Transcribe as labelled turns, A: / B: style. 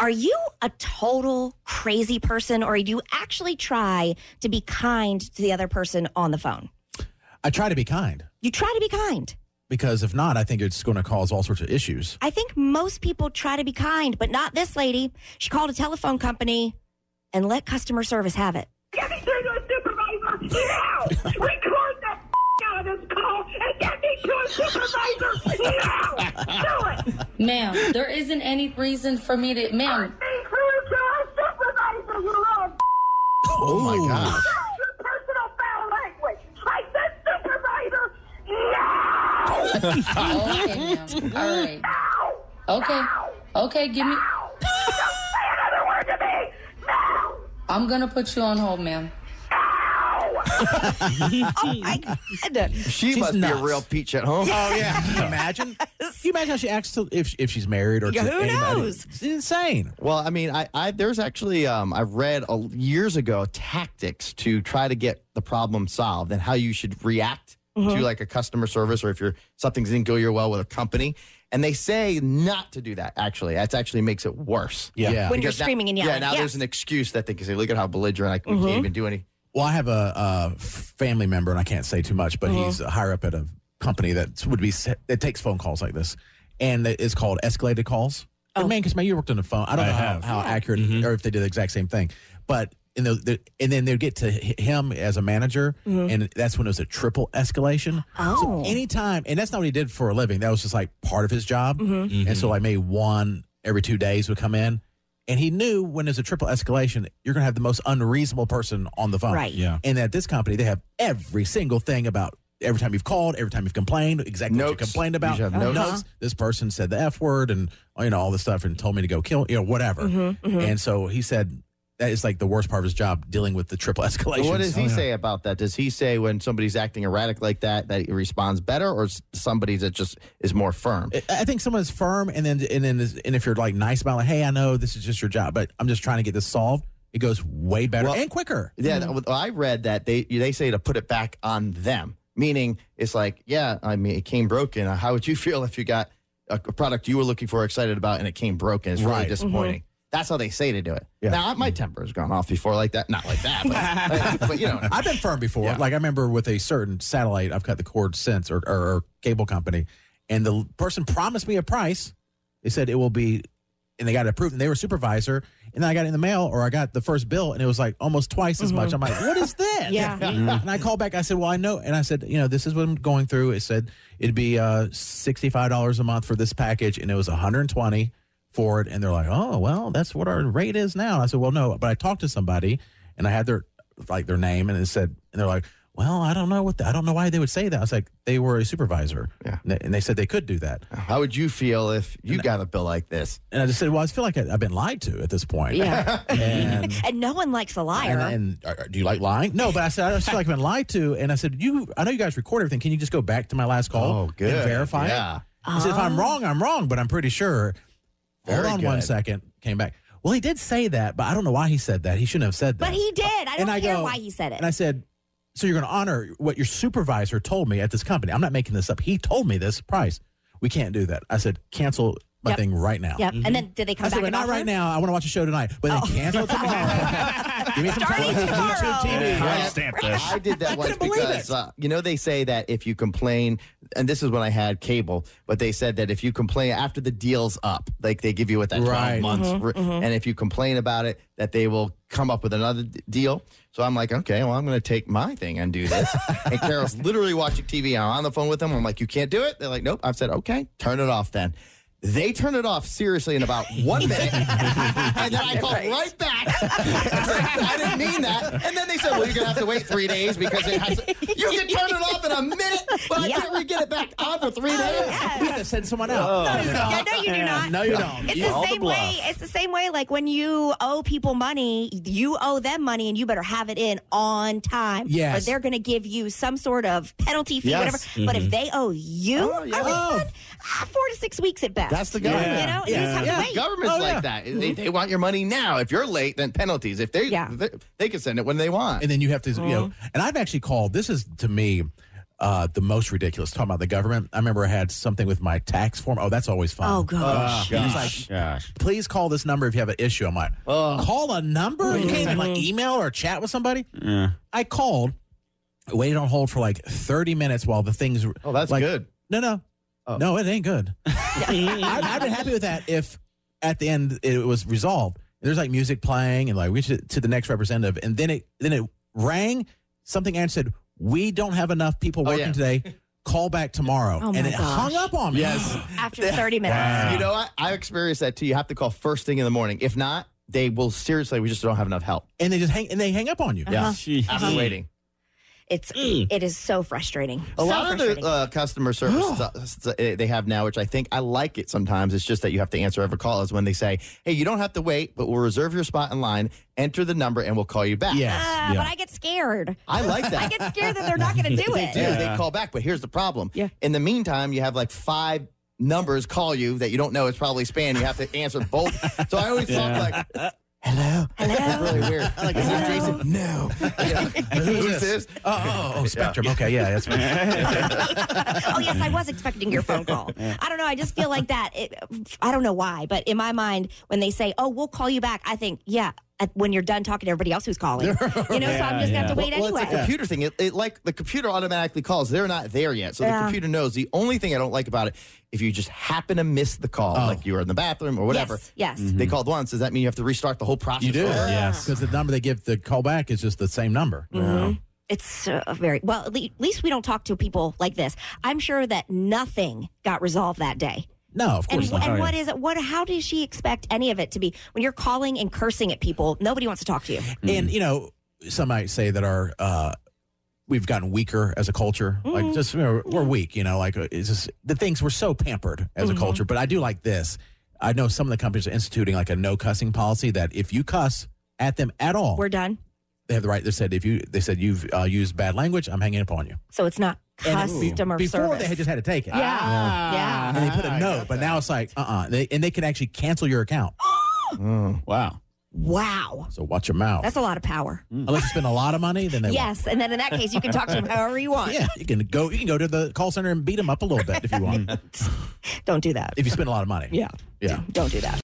A: Are you a total crazy person or do you actually try to be kind to the other person on the phone?
B: I try to be kind
A: You try to be kind.
B: because if not, I think it's going to cause all sorts of issues.
A: I think most people try to be kind, but not this lady. She called a telephone company and let customer service have it.
C: Get me through to a supervisor now! Record the f- out of this call and get me to a supervisor now! Do it!
D: Ma'am, there isn't any reason for me to, ma'am.
C: Me through to a supervisor, you little f-
B: Oh, my gosh.
C: your personal foul language! I said supervisor now!
D: Okay, ma'am. All right.
C: Now!
D: Okay. Okay, give me.
C: Don't say another word to me! Now!
D: I'm gonna put you on hold, ma'am.
C: Now!
A: Oh my God.
E: She
B: She's
E: must be
B: nuts.
E: a real peach at home.
B: Oh yeah, Can you imagine? Can you imagine how she acts to, if if she's married or
A: Yeah,
B: to
A: who
B: anybody?
A: knows?
B: It's insane.
E: Well, I mean, I, I there's actually um, I read a, years ago tactics to try to get the problem solved and how you should react to like a customer service or if you're something didn't go your well with a company. And they say not to do that. Actually, that actually makes it worse.
B: Yeah. Yeah.
A: When you're
E: Because now-
A: screaming and yelling,
E: Yeah, now
A: yes.
E: there's an excuse that they can say, "Look at how belligerent! I we can't even do any."
B: Well, I have a, uh family member, and I can't say too much, but
A: Uh-huh.
B: he's higher up at a company that would be se- that takes phone calls like this, and it is called escalated calls.
A: Oh.
B: And man, because man, you worked on the phone. I Mm-hmm. don't
F: I
B: know
F: have.
B: how, how accurate or if they did the exact same thing, but. And, the, the, and then they'd get to h- him as a manager, and that's when it was a triple escalation.
A: Mm-hmm. Oh.
B: So anytime, and that's not what he did for a living. That was just like part of his job.
A: Mm-hmm.
E: Mm-hmm.
B: And so, like, maybe one every two days would come in. And he knew when there's a triple escalation, you're going to have the most unreasonable person on the phone.
A: Right.
F: Yeah.
B: And at this company, they have every single thing about every time you've called, every time you've complained, exactly what you
E: Notes.
B: complained
E: You
B: about.
E: should have
A: Uh-huh.
E: notes.
B: This person said the F word and, you know, all this stuff and told me to go kill, you know, whatever.
A: Mm-hmm,
B: And so he said that is like the worst part of his job dealing with the triple escalation. Oh,
E: What does he say about that? Does he say when somebody's acting erratic like that that he responds better, or s- somebody that just is more firm?
B: I- I think someone's firm, and then and then is- and if you're like nice about, it, like, hey, I know this is just your job, but I'm just trying to get this solved. It goes way better
E: Well-
B: and quicker.
E: Yeah, that- well, I read that they they say to put it back on them, meaning it's like, yeah, I mean, it came broken. How would you feel if you got a, a product you were looking for, excited about, and it came broken? It's really
B: Right. Mm-hmm.
E: disappointing. That's how they say to do it.
B: Yeah. Mm-hmm.
E: Now, my temper has gone off before like that, not like that, but, but you know, what I mean.
B: I've been firm before.
E: Yeah.
B: Like I remember with a certain satellite, I've cut the cord since, or, or, or cable company, and the l- person promised me a price. They said it will be, and they got it approved, and they were supervisor. And then I got it in the mail, or I got the first bill, and it was like almost twice as much. I'm like, what is this?
A: Yeah.
B: And I called back. I said, well, I know, and I said, you know, this is what I'm going through. It said it'd be uh, sixty five dollars a month for this package, and it was 120 for it. And they're like, oh, well, that's what our rate is now. And I said, well, no, but I talked to somebody, and I had their like their name and it said and they're like well i don't know what the, i don't know why they would say that i was like they were a supervisor
E: Yeah.
B: and, they, and they said they could do that
E: how would you feel if you got a bill like this?
B: and i just said well i feel like I, i've been lied to at this point
A: Yeah.
B: and
A: and no one likes a liar.
B: and, and uh, do you like lying? No, but I said I just feel like I've been lied to, and I said you. I know you guys record everything. Can you just go back to my last call and verify
E: Oh, Yeah.
B: it? I said if I'm wrong, I'm wrong, but I'm pretty sure.
E: Very
B: Hold on one
E: good.
B: second. Came back. Well, he did say that, but I don't know why he said that. He shouldn't have said that.
A: but he did. I don't
B: and I
A: care
B: go-
A: why he said it.
B: And I said, So you're going to honor what your supervisor told me at this company. I'm not making this up. He told me this price. We can't do that. I said, Cancel my
A: Yep.
B: thing right now.
E: Mm-hmm.
A: yep. And then did they come back
B: Mm-hmm. I
A: and
B: said, "Well, not
A: offer? Oh.
B: right now. I want to watch a show tonight. But then cancel it tomorrow. Give me some
A: Starting
B: time.
A: tomorrow.
B: YouTube TV.
E: Yeah.
F: Time stamp this.
E: I did that
B: I
E: once
B: couldn't believe
E: because
B: it.
E: uh, you know they say that if you complain, and this is when I had cable, but they said that if you complain after the deal's up, like they give you what that twelve
B: Right.
E: months, re- and if you complain about it, that they will come up with another d- deal. So I'm like, okay, well I'm going to take my thing and do this. and Carol's literally watching TV. I'm on the phone with them. I'm like, you can't do it. They're like, nope. I've said, okay, turn it off then. They turn it off seriously in about one minute, and then I call right, back. It's like, I didn't mean that. And then they said, "Well, you're gonna have to wait three days because it has." To, you can turn it off in a minute, but I can't re- get it back on for three days.
B: You have to send someone out. No, you
A: Yeah, no, you do not.
B: No, you don't.
A: It's
B: You-
A: the
E: Call the
A: same
E: bluff.
A: way. It's the same way. Like when you owe people money, you owe them money, and you better have it in on time. Or
B: Yes.
A: they're going to give you some sort of penalty fee,
E: Yes.
A: whatever. But if they owe you,
E: Oh, yeah.
A: I would
B: Oh.
A: spend, ah, four to six weeks at best.
E: That's the
A: guy.
E: government.
A: You know, you
B: Yeah.
A: just have
B: Yeah.
A: to wait.
E: Government's
B: Oh,
E: like
B: yeah.
E: that. They, they want your money now. If you're late, then penalties. If they
A: Yeah.
E: they, they can send it when they want. Mm-hmm.
B: and then you have to you know and i've actually called this is to me uh, the most ridiculous. Talking about the government, I remember I had something with my tax form. Oh, that's always fun.
A: Oh gosh.
B: He's like,
E: Gosh.
B: please call this number if you have an issue. I'm like,
E: Oh,
B: call a number? You can't even like
E: Mm-hmm.
B: email or chat with somebody?
F: Yeah.
B: I called, waited on hold for like 30 minutes while the things.
E: Oh, that's
B: like,
E: good.
B: No, no.
E: Oh.
B: No, it ain't good. I'd, I'd been happy with that if at the end it was resolved. There's like music playing and like we should to the next representative, and then it then it rang. Something and said, "We don't have enough people
E: Oh,
B: working
E: yeah.
B: today. Call back tomorrow."
A: Oh,
B: and
A: my
B: it hung
A: gosh.
B: up on me.
E: Yes.
A: After 30 minutes.
E: You know what? I've experienced that too. You have to call first thing in the morning. If not, they will seriously, we just don't have enough help.
B: and they just hang and they hang up on you.
E: Yeah.
F: Jeez.
A: Uh-huh.
E: After waiting.
A: It's it is so frustrating.
E: A
A: so
E: lot of the
A: frustrating.
E: uh, customer service stuff uh, they have now, which I think I like it sometimes. It's just that you have to answer every call is when they say, hey, you don't have to wait, but we'll reserve your spot in line, enter the number, and we'll call you back.
B: Yes.
A: Ah,
B: yeah.
A: But I get scared.
E: I like that.
A: I get scared that they're not going to do
E: they
A: it.
E: do. They
F: Yeah.
E: call back, but here's the problem.
A: Yeah.
E: In the meantime, you have like five numbers call you that you don't know. It's probably spam. You have to answer both. so I always
F: Yeah.
E: thought like, hello. It's
A: Hello.
E: really weird. Like, is this Jason? No. Yeah. Who's this?
B: Oh, oh, oh Spectrum. Okay, yeah, that's
A: oh yes, I was expecting your phone call. I don't know. I just feel like that. It, I don't know why, but in my mind, when they say, "Oh, we'll call you back," I think, yeah, at- when you're done talking to everybody else who's calling, you know. so I'm
F: Yeah,
A: just gonna have to
F: yeah.
A: wait
E: well,
A: anyway.
E: it's a computer thing. It, it like the computer automatically calls. They're not there yet, so the
A: Yeah.
E: computer knows. The only thing I don't like about it, if you just happen to miss the call,
B: Oh.
E: like you were in the bathroom or whatever,
A: Yes. Yes.
E: they called once. Does that mean you have to restart the whole process?
B: You do.
E: over?
F: Yes.
B: Because the number they give the call back is just the same number.
A: It's uh, very well. At le- at least we don't talk to people like this. I'm sure that nothing got resolved that day.
B: No, of
A: And,
B: course
A: wh-
B: not. Oh,
A: and what is it? What? How does she expect any of it to be? When you're calling and cursing at people, nobody wants to talk to you.
B: And you know, some might say that our uh, we've gotten weaker as a culture.
A: Mm.
B: Like just you know, we're weak. You know, like uh, it's just the things we're so pampered as
A: Mm-hmm.
B: a culture. But I do like this. I know some of the companies are instituting like a no cussing policy that if you cuss at them at all,
A: We're done,
B: they have the right. They said if you they said you've uh, used bad language, I'm hanging up on you.
A: so it's not
B: And it-
A: customer
B: before
A: service.
B: they had just had to take it.
A: yeah, Ah, yeah.
B: And they put a no, but now it's like uh uh They, and they can actually cancel your account.
E: Oh.
F: Wow.
A: Wow,
B: So watch your mouth.
A: that's a lot of power.
B: Unless you spend a lot of money, then Mm. they won't.
A: Yes, and then in that case, you can talk to them however you want.
B: Yeah, you can go. You can go to the call center and beat them up a little bit if you want.
A: Don't do that.
B: if you spend a lot of money.
A: Yeah.
B: Yeah.
A: Don't do that.